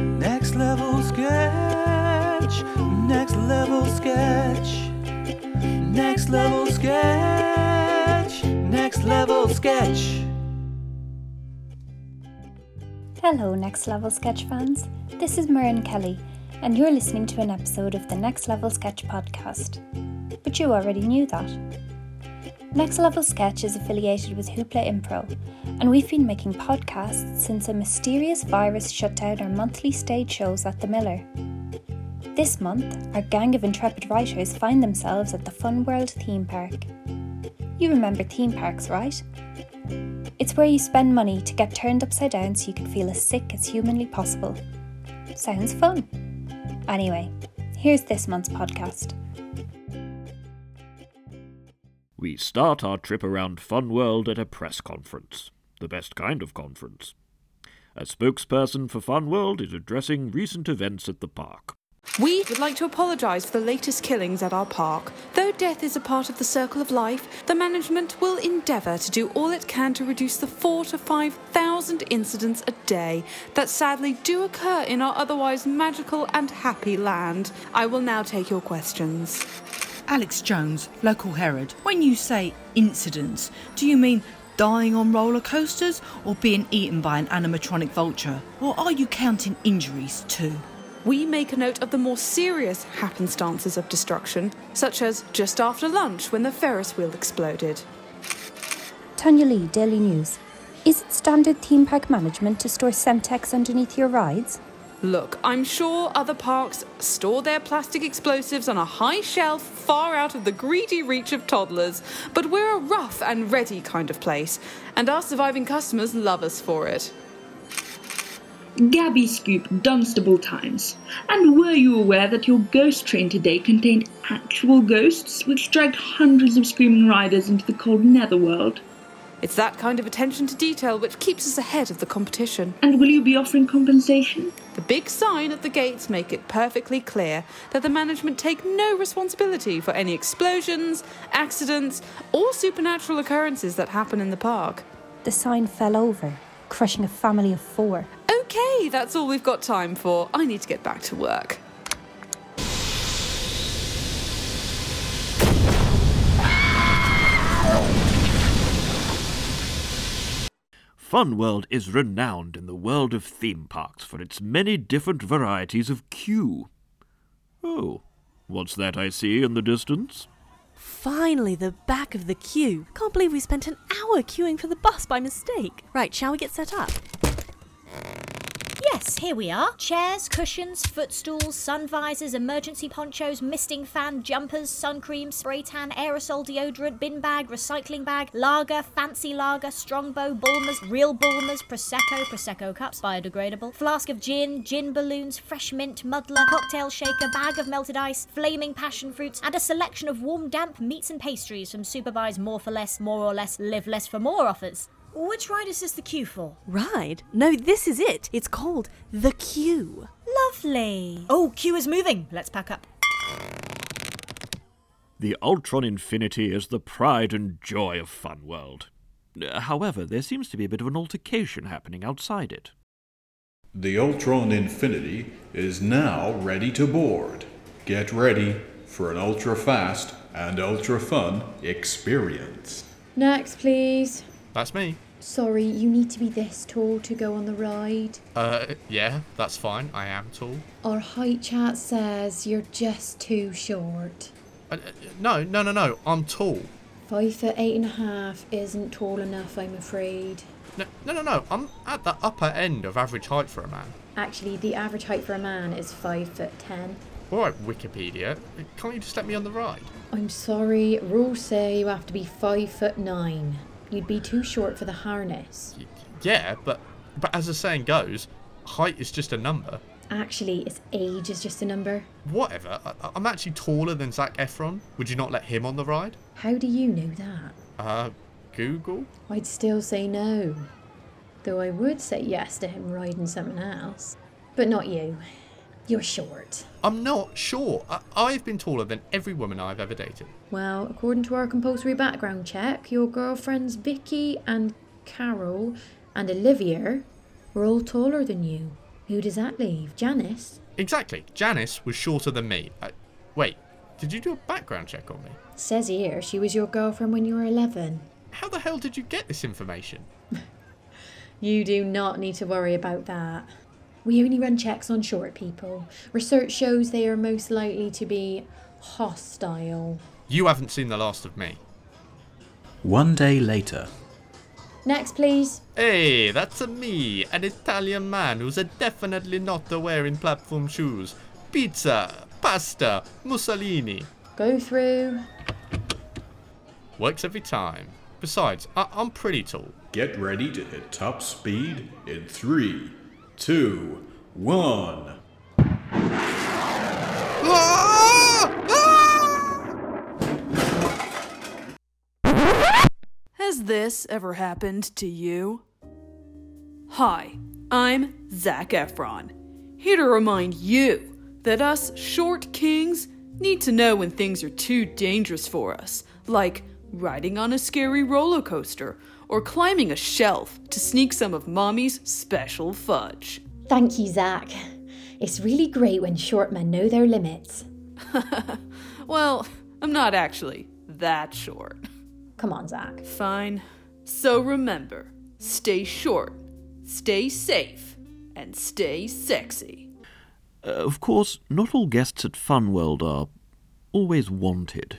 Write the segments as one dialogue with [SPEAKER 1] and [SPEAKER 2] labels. [SPEAKER 1] Next level sketch. Next level sketch. Next level sketch. Next level sketch.
[SPEAKER 2] Hello, Next Level Sketch fans. This is Marin Kelly, and you're listening to an episode of the Next Level Sketch podcast. But you already knew that. Next Level Sketch is affiliated with Hoopla Impro, and we've been making podcasts since a mysterious virus shut down our monthly stage shows at the Miller. This month, our gang of intrepid writers find themselves at the Fun World theme park. You remember theme parks, right? It's where you spend money to get turned upside down so you can feel as sick as humanly possible. Sounds fun. Anyway, here's this month's podcast.
[SPEAKER 3] We start our trip around Fun World at a press conference, the best kind of conference. A spokesperson for Fun World is addressing recent events at the park.
[SPEAKER 4] We would like to apologise for the latest killings at our park. Though death is a part of the circle of life, the management will endeavour to do all it can to reduce the four to five thousand incidents a day that sadly do occur in our otherwise magical and happy land. I will now take your questions.
[SPEAKER 5] Alex Jones, local Herald. When you say incidents, do you mean dying on roller coasters or being eaten by an animatronic vulture? Or are you counting injuries too?
[SPEAKER 4] We make a note of the more serious happenstances of destruction, such as just after lunch when the Ferris wheel exploded.
[SPEAKER 2] Tanya Lee, Daily News. Is it standard theme park management to store Semtex underneath your rides?
[SPEAKER 4] Look, I'm sure other parks store their plastic explosives on a high shelf far out of the greedy reach of toddlers, but we're a rough and ready kind of place, and our surviving customers love us for it.
[SPEAKER 6] Gabby Scoop, Dunstable Times. And were you aware that your ghost train today contained actual ghosts, which dragged hundreds of screaming riders into the cold netherworld?
[SPEAKER 4] It's that kind of attention to detail which keeps us ahead of the competition.
[SPEAKER 6] And will you be offering compensation?
[SPEAKER 4] The big sign at the gates make it perfectly clear that the management take no responsibility for any explosions, accidents, or supernatural occurrences that happen in the park.
[SPEAKER 2] The sign fell over, crushing a family of four.
[SPEAKER 4] Okay, that's all we've got time for. I need to get back to work.
[SPEAKER 3] Fun World is renowned in the world of theme parks for its many different varieties of queue. Oh, what's that I see in the distance?
[SPEAKER 7] Finally, the back of the queue. Can't believe we spent an hour queuing for the bus by mistake. Right, shall we get set up?
[SPEAKER 8] Yes, here we are. Chairs, cushions, footstools, sun visors, emergency ponchos, misting fan, jumpers, sun cream, spray tan, aerosol deodorant, bin bag, recycling bag, lager, fancy lager, strongbow, bulmers, real bulmers, prosecco, prosecco cups, biodegradable, flask of gin, gin balloons, fresh mint, muddler, cocktail shaker, bag of melted ice, flaming passion fruits, and a selection of warm, damp meats and pastries from Superbuy's More for Less, More or Less, Live Less for More offers. Which ride is this the queue for?
[SPEAKER 7] Ride? No, this is it. It's called The Queue.
[SPEAKER 8] Lovely. Oh, queue is moving. Let's pack up.
[SPEAKER 3] The Ultron Infinity is the pride and joy of Fun World. Uh, However, there seems to be a bit of an altercation happening outside it.
[SPEAKER 9] The Ultron Infinity is now ready to board. Get ready for an ultra fast and ultra fun experience.
[SPEAKER 10] Next, please.
[SPEAKER 11] That's me.
[SPEAKER 10] Sorry, you need to be this tall to go on the ride.
[SPEAKER 11] Uh, yeah, that's fine. I am tall.
[SPEAKER 10] Our height chart says you're just too short.
[SPEAKER 11] Uh, uh, no, no, no, no. I'm tall.
[SPEAKER 10] Five foot eight and a half isn't tall enough, I'm afraid.
[SPEAKER 11] No, no, no, no. I'm at the upper end of average height for a man.
[SPEAKER 10] Actually, the average height for a man is five foot ten.
[SPEAKER 11] All right, Wikipedia. Can't you just let me on the ride?
[SPEAKER 10] I'm sorry, rules say you have to be five foot nine. You'd be too short for the harness.
[SPEAKER 11] Y- Yeah, but but as the saying goes, height is just a number.
[SPEAKER 10] Actually, its age is just a number.
[SPEAKER 11] Whatever. I, I- I'm actually taller than Zac Efron. Would you not let him on the ride?
[SPEAKER 10] How do you know that?
[SPEAKER 11] Uh, Google.
[SPEAKER 10] I'd still say no. Though I would say yes to him riding someone else. But not you. You're short.
[SPEAKER 11] I'm not sure. I, I've been taller than every woman I've ever dated.
[SPEAKER 10] Well, according to our compulsory background check, your girlfriends Vicky and Carol and Olivia were all taller than you. Who does that leave? Janice?
[SPEAKER 11] Exactly. Janice was shorter than me. I, wait, did you do a background check on me?
[SPEAKER 10] Says here she was your girlfriend when you were 11.
[SPEAKER 11] How the hell did you get this information?
[SPEAKER 10] You do not need to worry about that. We only run checks on short people. Research shows they are most likely to be hostile.
[SPEAKER 11] You haven't seen the last of me.
[SPEAKER 9] One day later.
[SPEAKER 10] Next, please.
[SPEAKER 11] Hey, that's a me, an Italian man who's a definitely not a wearing platform shoes. Pizza, pasta, Mussolini.
[SPEAKER 10] Go through.
[SPEAKER 11] Works every time. Besides, I- I'm pretty tall.
[SPEAKER 12] Get ready to hit top speed in three, two, one.
[SPEAKER 4] Has this ever happened to you? Hi, I'm Zach Efron, here to remind you that us short kings need to know when things are too dangerous for us, like riding on a scary roller coaster or climbing a shelf to sneak some of Mommy's special fudge.
[SPEAKER 10] Thank you, Zach. It's really great when short men know their limits.
[SPEAKER 4] Well, I'm not actually that short.
[SPEAKER 10] Come on, Zach.
[SPEAKER 4] Fine. So remember stay short, stay safe, and stay sexy.
[SPEAKER 3] Uh, of course, not all guests at Funworld are always wanted.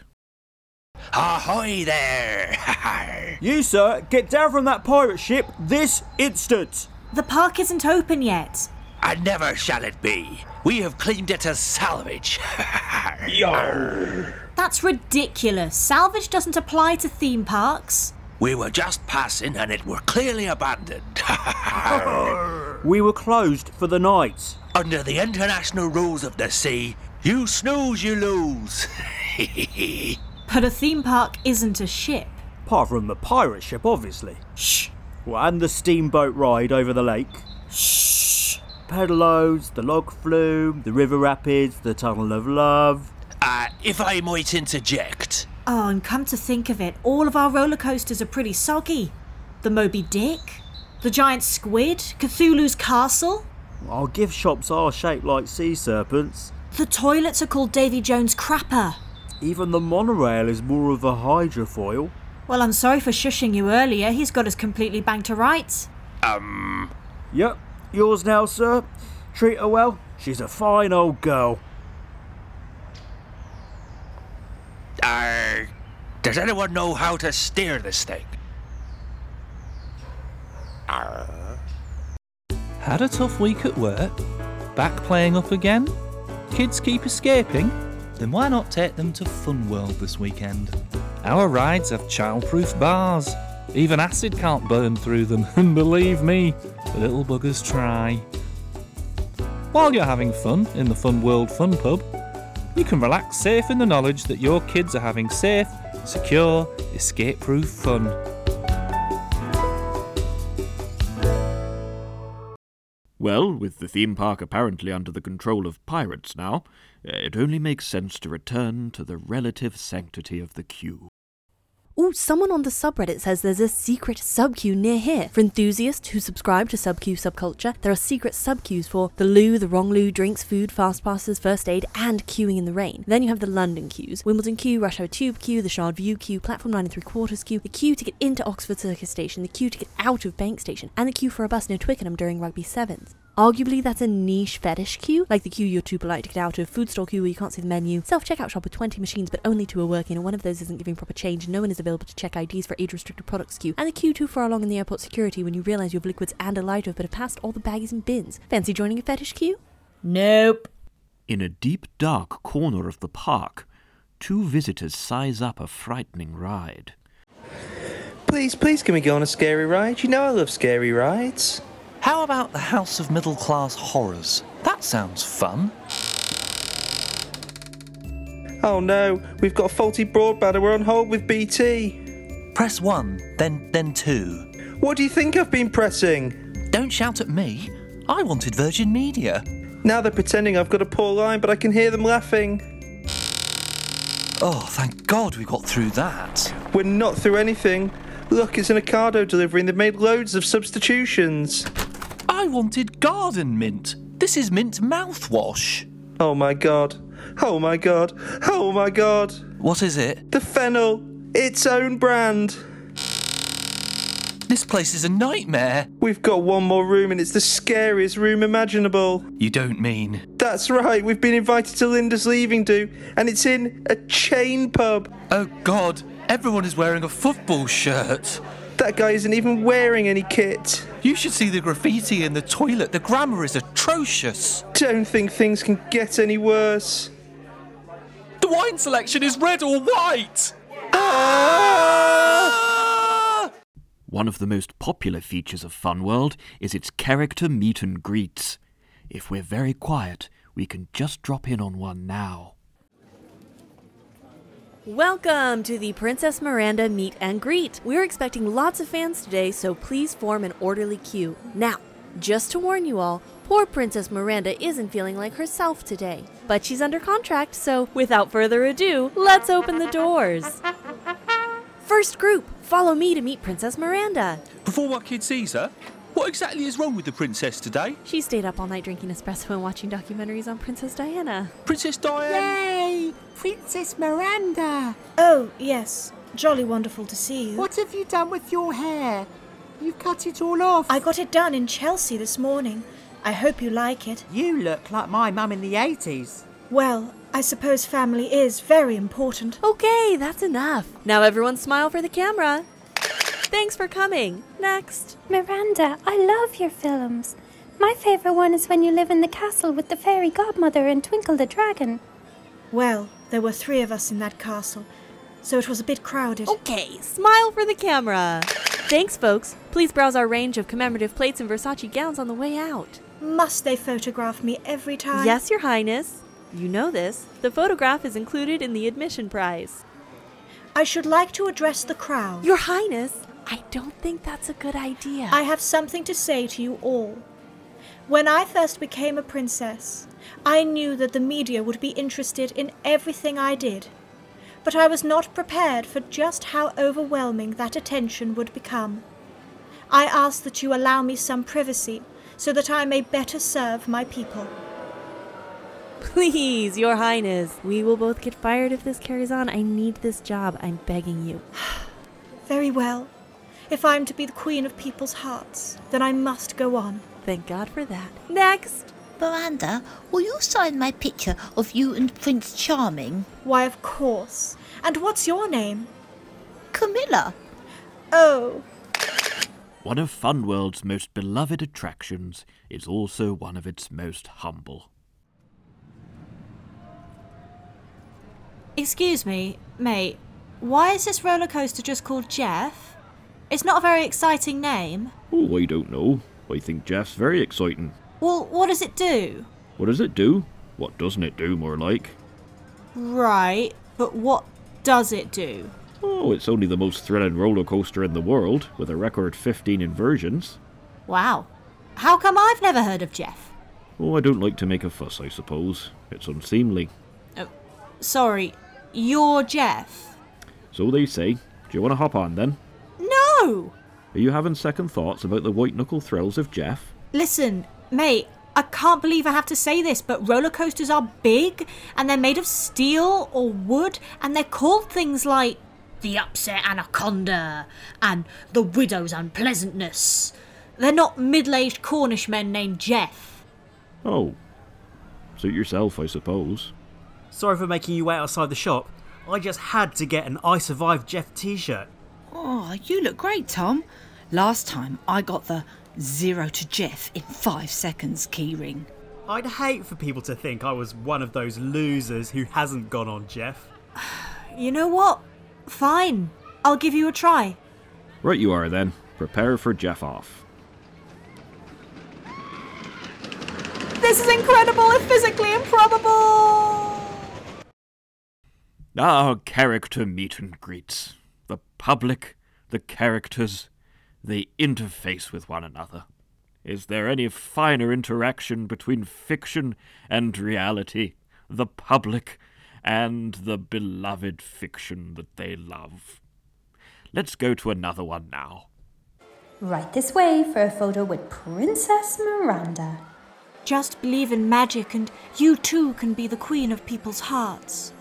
[SPEAKER 13] Ahoy there!
[SPEAKER 14] You, sir, get down from that pirate ship this instant!
[SPEAKER 8] The park isn't open yet.
[SPEAKER 13] and never shall it be. We have claimed it as salvage.
[SPEAKER 8] That's ridiculous. Salvage doesn't apply to theme parks.
[SPEAKER 13] We were just passing and it were clearly abandoned.
[SPEAKER 14] We were closed for the night.
[SPEAKER 13] Under the international rules of the sea, you snooze, you lose.
[SPEAKER 8] But a theme park isn't a ship.
[SPEAKER 14] Apart from the pirate ship, obviously. Shh. Well, and the steamboat ride over the lake. Shh. Pedal loads, the log flume, the river rapids, the tunnel of love.
[SPEAKER 13] uh, if I might interject,
[SPEAKER 8] Oh, and come to think of it, all of our roller coasters are pretty soggy. The Moby Dick, the giant squid, Cthulhu's castle.
[SPEAKER 14] Our gift shops are shaped like sea serpents.
[SPEAKER 8] The toilets are called Davy Jones crapper.
[SPEAKER 14] Even the monorail is more of a hydrofoil.
[SPEAKER 8] Well, I'm sorry for shushing you earlier. He's got us completely banged to rights.
[SPEAKER 14] Um. Yep, yours now, sir. Treat her well. She's a fine old girl.
[SPEAKER 13] uh, does anyone know how to steer this thing? Arr.
[SPEAKER 15] Had a tough week at work? Back playing up again? Kids keep escaping? Then why not take them to Fun World this weekend? Our rides have childproof bars. Even acid can't burn through them, and believe me, the little buggers try. While you're having fun in the Fun World Fun Pub, you can relax safe in the knowledge that your kids are having safe, secure, escape proof fun.
[SPEAKER 3] Well, with the theme park apparently under the control of pirates now, uh, it only makes sense to return to the relative sanctity of the queue.
[SPEAKER 7] Ooh, someone on the subreddit says there's a secret subqueue near here. For enthusiasts who subscribe to subqueue subculture, there are secret subqueues for the loo, the wrong loo, drinks, food, fast passes, first aid, and queuing in the rain. Then you have the London queues Wimbledon queue, Rush Hour Tube queue, the Shard View queue, Platform 9 and 3 quarters queue, the queue to get into Oxford Circus Station, the queue to get out of Bank Station, and the queue for a bus near Twickenham during rugby sevens. Arguably, that's a niche fetish queue, like the queue you're too polite to get out of, food store queue where you can't see the menu, self checkout shop with 20 machines but only two are working, and one of those isn't giving proper change, no one is available to check IDs for age restricted products queue, and the queue too far along in the airport security when you realise you have liquids and a lighter but have passed all the baggies and bins. Fancy joining a fetish queue?
[SPEAKER 8] Nope.
[SPEAKER 3] In a deep, dark corner of the park, two visitors size up a frightening ride.
[SPEAKER 1] Please, please, can we go on a scary ride? You know I love scary rides.
[SPEAKER 15] How about the House of Middle Class Horrors? That sounds fun.
[SPEAKER 1] Oh no, we've got a faulty broadband and we're on hold with BT.
[SPEAKER 15] Press one, then then two.
[SPEAKER 1] What do you think I've been pressing?
[SPEAKER 15] Don't shout at me. I wanted Virgin Media.
[SPEAKER 1] Now they're pretending I've got a poor line, but I can hear them laughing.
[SPEAKER 15] Oh, thank God we got through that.
[SPEAKER 1] We're not through anything. Look, it's an Ocado delivery and they've made loads of substitutions.
[SPEAKER 15] I wanted garden mint. This is mint mouthwash.
[SPEAKER 1] Oh my god. Oh my god. Oh my god.
[SPEAKER 15] What is it?
[SPEAKER 1] The fennel. Its own brand.
[SPEAKER 15] This place is a nightmare.
[SPEAKER 1] We've got one more room and it's the scariest room imaginable.
[SPEAKER 15] You don't mean.
[SPEAKER 1] That's right, we've been invited to Linda's Leaving Do and it's in a chain pub.
[SPEAKER 15] Oh god, everyone is wearing a football shirt.
[SPEAKER 1] That guy isn't even wearing any kit.
[SPEAKER 15] You should see the graffiti in the toilet. The grammar is atrocious.
[SPEAKER 1] Don't think things can get any worse.
[SPEAKER 15] The wine selection is red or white!
[SPEAKER 1] Ah!
[SPEAKER 3] One of the most popular features of Funworld is its character meet and greets. If we're very quiet, we can just drop in on one now.
[SPEAKER 7] Welcome to the Princess Miranda meet and greet. We're expecting lots of fans today, so please form an orderly queue. Now, just to warn you all, poor Princess Miranda isn't feeling like herself today. But she's under contract, so without further ado, let's open the doors. First group, follow me to meet Princess Miranda.
[SPEAKER 15] Before my kid sees her, what exactly is wrong with the princess today?
[SPEAKER 7] She stayed up all night drinking espresso and watching documentaries on Princess Diana.
[SPEAKER 15] Princess Diana!
[SPEAKER 16] Yay! Princess Miranda!
[SPEAKER 8] Oh, yes. Jolly wonderful to see you.
[SPEAKER 16] What have you done with your hair? You've cut it all off.
[SPEAKER 8] I got it done in Chelsea this morning. I hope you like it.
[SPEAKER 16] You look like my mum in the 80s.
[SPEAKER 8] Well, I suppose family is very important.
[SPEAKER 7] Okay, that's enough. Now everyone smile for the camera. Thanks for coming. Next.
[SPEAKER 2] Miranda, I love your films. My favourite one is when you live in the castle with the fairy godmother and Twinkle the dragon.
[SPEAKER 8] Well, there were three of us in that castle, so it was a bit crowded.
[SPEAKER 7] Okay, smile for the camera. Thanks, folks. Please browse our range of commemorative plates and Versace gowns on the way out.
[SPEAKER 8] Must they photograph me every time?
[SPEAKER 7] Yes, Your Highness. You know this. The photograph is included in the admission prize.
[SPEAKER 8] I should like to address the crowd.
[SPEAKER 7] Your Highness, I don't think that's a good idea.
[SPEAKER 8] I have something to say to you all. When I first became a princess, I knew that the media would be interested in everything I did. But I was not prepared for just how overwhelming that attention would become. I ask that you allow me some privacy so that I may better serve my people.
[SPEAKER 7] Please, Your Highness. We will both get fired if this carries on. I need this job. I'm begging you.
[SPEAKER 8] Very well. If I'm to be the queen of people's hearts, then I must go on.
[SPEAKER 7] Thank God for that. Next!
[SPEAKER 17] Miranda, will you sign my picture of you and Prince Charming?
[SPEAKER 8] Why, of course. And what's your name?
[SPEAKER 17] Camilla.
[SPEAKER 8] Oh,
[SPEAKER 3] One of Funworld's most beloved attractions is also one of its most humble.
[SPEAKER 18] Excuse me, mate. Why is this roller coaster just called Jeff? It's not a very exciting name.
[SPEAKER 3] Oh, I don't know. I think Jeff's very exciting.
[SPEAKER 18] Well, what does it do?
[SPEAKER 3] What does it do? What doesn't it do, more like?
[SPEAKER 18] Right, but what does it do?
[SPEAKER 3] Oh, it's only the most thrilling roller coaster in the world, with a record 15 inversions.
[SPEAKER 18] Wow. How come I've never heard of Jeff?
[SPEAKER 3] Oh, I don't like to make a fuss, I suppose. It's unseemly.
[SPEAKER 18] Oh, Sorry, you're Jeff.
[SPEAKER 3] So they say. Do you want to hop on then?
[SPEAKER 18] No!
[SPEAKER 3] Are you having second thoughts about the white knuckle thrills of Jeff?
[SPEAKER 18] Listen, mate, I can't believe I have to say this, but roller coasters are big and they're made of steel or wood and they're called things like
[SPEAKER 17] The Upset Anaconda and The Widow's Unpleasantness.
[SPEAKER 18] They're not middle aged Cornish men named Jeff.
[SPEAKER 3] Oh. Suit yourself, I suppose.
[SPEAKER 14] Sorry for making you wait outside the shop. I just had to get an I Survived Jeff t shirt.
[SPEAKER 5] Oh, you look great, Tom. Last time Um, I got the zero to Jeff in five seconds keyring.
[SPEAKER 14] I'd hate for people to think I was one of those losers who hasn't gone on Jeff.
[SPEAKER 18] You know what? Fine, I'll give you a try.
[SPEAKER 3] Right, you are then. Prepare for Jeff off.
[SPEAKER 18] This is incredible if physically improbable!
[SPEAKER 3] Our character meet and greets. The public, the characters, they interface with one another. Is there any finer interaction between fiction and reality, the public and the beloved fiction that they love? Let's go to another one now.
[SPEAKER 2] Right this way for a photo with Princess Miranda.
[SPEAKER 19] Just believe in magic, and you too can be the queen of people's hearts.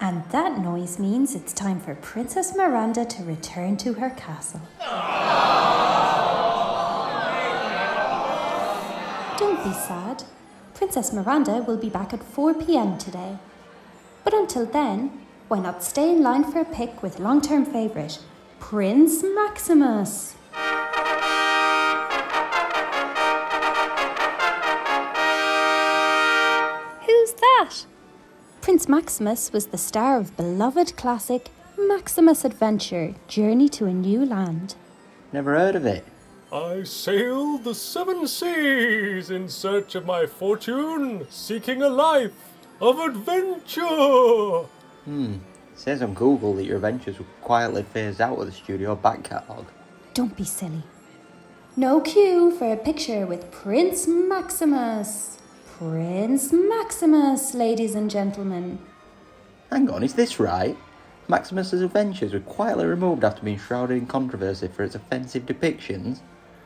[SPEAKER 2] And that noise means it's time for Princess Miranda to return to her castle. Don't be sad. Princess Miranda will be back at 4 pm today. But until then, why not stay in line for a pic with long term favourite, Prince Maximus? Who's that? Prince Maximus was the star of beloved classic Maximus Adventure Journey to a New Land.
[SPEAKER 20] Never heard of it.
[SPEAKER 21] I sail the seven seas in search of my fortune, seeking a life of adventure.
[SPEAKER 20] Hmm. It says on Google that your adventures will quietly phase out of the studio back catalogue.
[SPEAKER 2] Don't be silly. No cue for a picture with Prince Maximus. Prince Maximus, ladies and gentlemen.
[SPEAKER 20] Hang on, is this right? Maximus's adventures were quietly removed after being shrouded in controversy for its offensive depictions.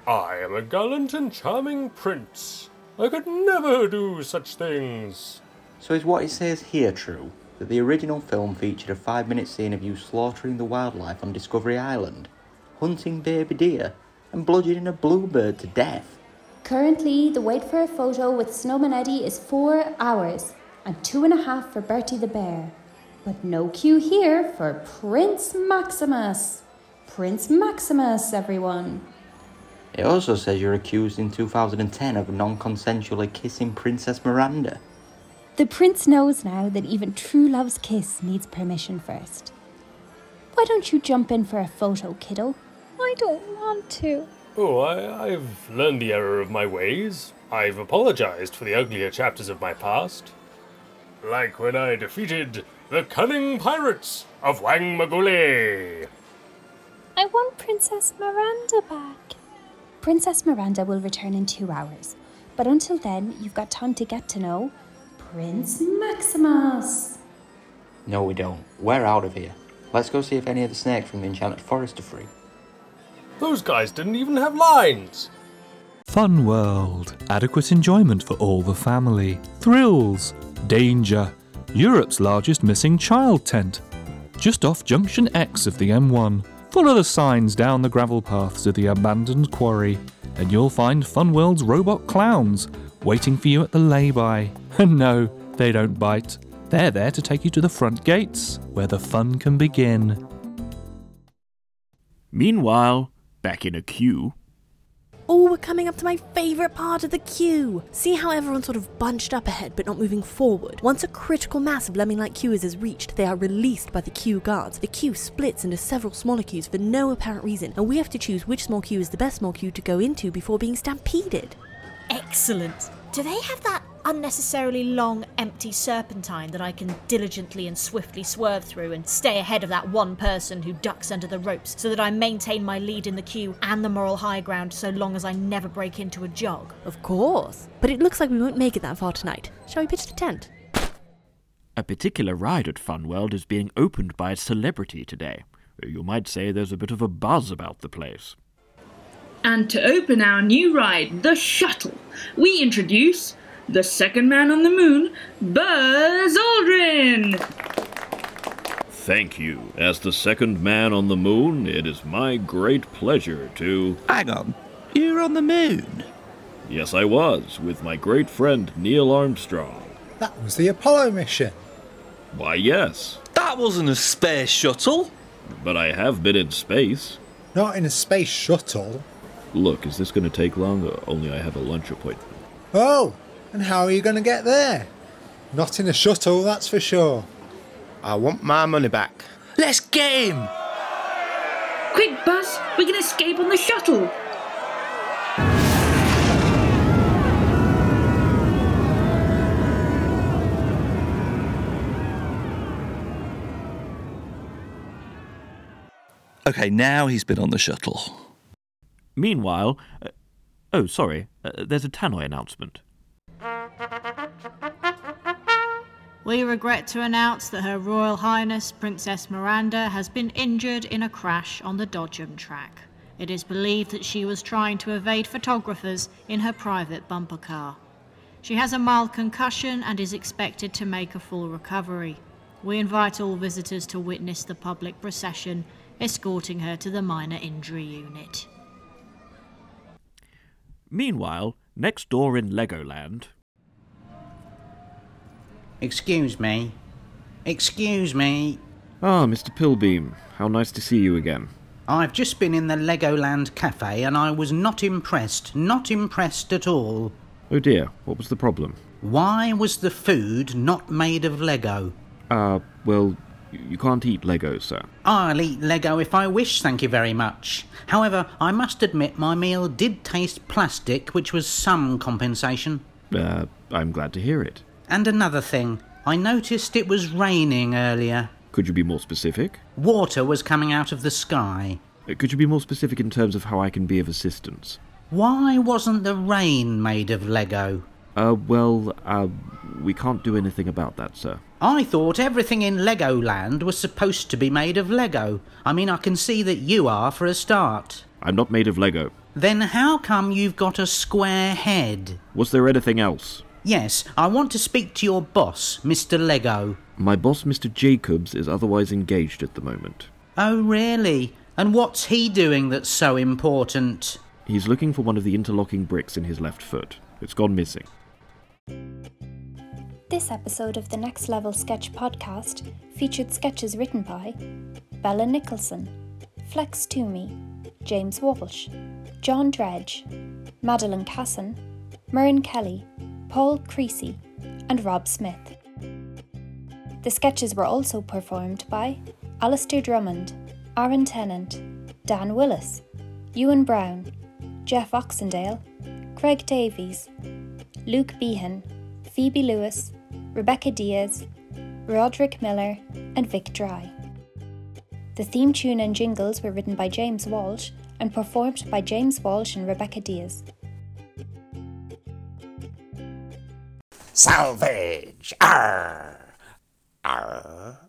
[SPEAKER 21] I am a gallant and charming prince. I could never do such things.
[SPEAKER 20] So is what it says here true? That the original film featured a five minute scene of you slaughtering the wildlife on Discovery Island, hunting baby deer, and bludgeoning a bluebird to death.
[SPEAKER 2] Currently, the wait for a photo with Snowman Eddie is four hours and two and a half for Bertie the Bear. But no cue here for Prince Maximus. Prince Maximus, everyone.
[SPEAKER 20] It also says you're accused in 2010 of non consensually kissing Princess Miranda.
[SPEAKER 2] The prince knows now that even true love's kiss needs permission first. Why don't you jump in for a photo, kiddo?
[SPEAKER 22] I don't want to.
[SPEAKER 21] Oh, I, I've learned the error of my ways. I've apologized for the uglier chapters of my past. Like when I defeated the cunning pirates of Wang Magule.
[SPEAKER 2] I want Princess Miranda back. Princess Miranda will return in two hours, but until then, you've got time to get to know Prince Maximus.
[SPEAKER 20] No, we don't. We're out of here. Let's go see if any of the snakes from the Enchanted Forest are free.
[SPEAKER 21] Those guys didn't even have lines.
[SPEAKER 15] Fun World. Adequate enjoyment for all the family. Thrills. Danger. Europe's largest missing child tent. Just off junction X of the M1. Follow the signs down the gravel path to the abandoned quarry, and you'll find Fun World's robot clowns waiting for you at the lay-by. And no, they don't bite. They're there to take you to the front gates, where the fun can begin.
[SPEAKER 23] Meanwhile, back in a queue.
[SPEAKER 7] Oh, we're coming up to my favourite part of the queue. See how everyone's sort of bunched up ahead but not moving forward? Once a critical mass of lemming like queuers is reached, they are released by the queue guards. The queue splits into several smaller queues for no apparent reason, and we have to choose which small queue is the best small queue to go into before being stampeded.
[SPEAKER 8] Excellent. Do they have that unnecessarily long, empty serpentine that I can diligently and swiftly swerve through and stay ahead of that one person who ducks under the ropes so that I maintain my lead in the queue and the moral high ground so long as I never break into a jog?
[SPEAKER 7] Of course. But it looks like we won't make it that far tonight. Shall we pitch the tent?
[SPEAKER 23] A particular ride at Funworld is being opened by a celebrity today. You might say there's a bit of a buzz about the place.
[SPEAKER 4] And to open our new ride, the shuttle, we introduce the second man on the moon, Buzz Aldrin.
[SPEAKER 3] Thank you. As the second man on the moon, it is my great pleasure to.
[SPEAKER 24] Hang on. You're on the moon.
[SPEAKER 3] Yes, I was, with my great friend Neil Armstrong.
[SPEAKER 25] That was the Apollo mission.
[SPEAKER 3] Why, yes.
[SPEAKER 24] That wasn't a space shuttle.
[SPEAKER 3] But I have been in space.
[SPEAKER 25] Not in a space shuttle.
[SPEAKER 3] Look, is this going to take long? Only I have a lunch appointment.
[SPEAKER 25] Oh, and how are you going to get there? Not in a shuttle, that's for sure.
[SPEAKER 24] I want my money back. Let's get him!
[SPEAKER 4] Quick, Buzz, we can escape on the shuttle.
[SPEAKER 24] Okay, now he's been on the shuttle.
[SPEAKER 23] Meanwhile, uh, oh, sorry, uh, there's a tannoy announcement.
[SPEAKER 8] We regret to announce that Her Royal Highness Princess Miranda has been injured in a crash on the Dodgem track. It is believed that she was trying to evade photographers in her private bumper car. She has a mild concussion and is expected to make a full recovery. We invite all visitors to witness the public procession escorting her to the minor injury unit.
[SPEAKER 26] Meanwhile, next door in Legoland,
[SPEAKER 12] Excuse me. Excuse me.
[SPEAKER 3] Ah, Mr. Pilbeam, how nice to see you again.
[SPEAKER 12] I've just been in the Legoland Cafe and I was not impressed. Not impressed at all.
[SPEAKER 3] Oh dear, what was the problem?
[SPEAKER 12] Why was the food not made of Lego?
[SPEAKER 3] Ah, well, y- you can't eat Legos, sir.
[SPEAKER 12] I'll eat Lego if I wish, thank you very much. However, I must admit my meal did taste plastic, which was some compensation.
[SPEAKER 3] Uh, I'm glad to hear it.
[SPEAKER 12] And another thing, I noticed it was raining earlier.
[SPEAKER 3] Could you be more specific?
[SPEAKER 12] Water was coming out of the sky.
[SPEAKER 3] Uh, Could you be more specific in terms of how I can be of assistance?
[SPEAKER 12] Why wasn't the rain made of Lego?
[SPEAKER 3] Uh, well, uh, we can't do anything about that, sir.
[SPEAKER 12] I thought everything in Legoland was supposed to be made of Lego. I mean, I can see that you are for a start.
[SPEAKER 3] I'm not made of Lego.
[SPEAKER 12] Then how come you've got a square head?
[SPEAKER 3] Was there anything else?
[SPEAKER 12] Yes, I want to speak to your boss, Mr. Lego.
[SPEAKER 3] My boss, Mr. Jacobs, is otherwise engaged at the moment.
[SPEAKER 12] Oh, really? And what's he doing that's so important?
[SPEAKER 3] He's looking for one of the interlocking bricks in his left foot. It's gone missing.
[SPEAKER 2] This episode of the Next Level Sketch podcast featured sketches written by Bella Nicholson, Flex Toomey, James Walsh, John Dredge, Madeline Casson, Murren Kelly, Paul Creasy, and Rob Smith. The sketches were also performed by Alistair Drummond, Aaron Tennant, Dan Willis, Ewan Brown, Jeff Oxendale, Craig Davies, Luke Behan, Phoebe Lewis, Rebecca Diaz, Roderick Miller, and Vic Dry. The theme tune and jingles were written by James Walsh and performed by James Walsh and Rebecca Diaz.
[SPEAKER 21] Salvage! Arr! Arr!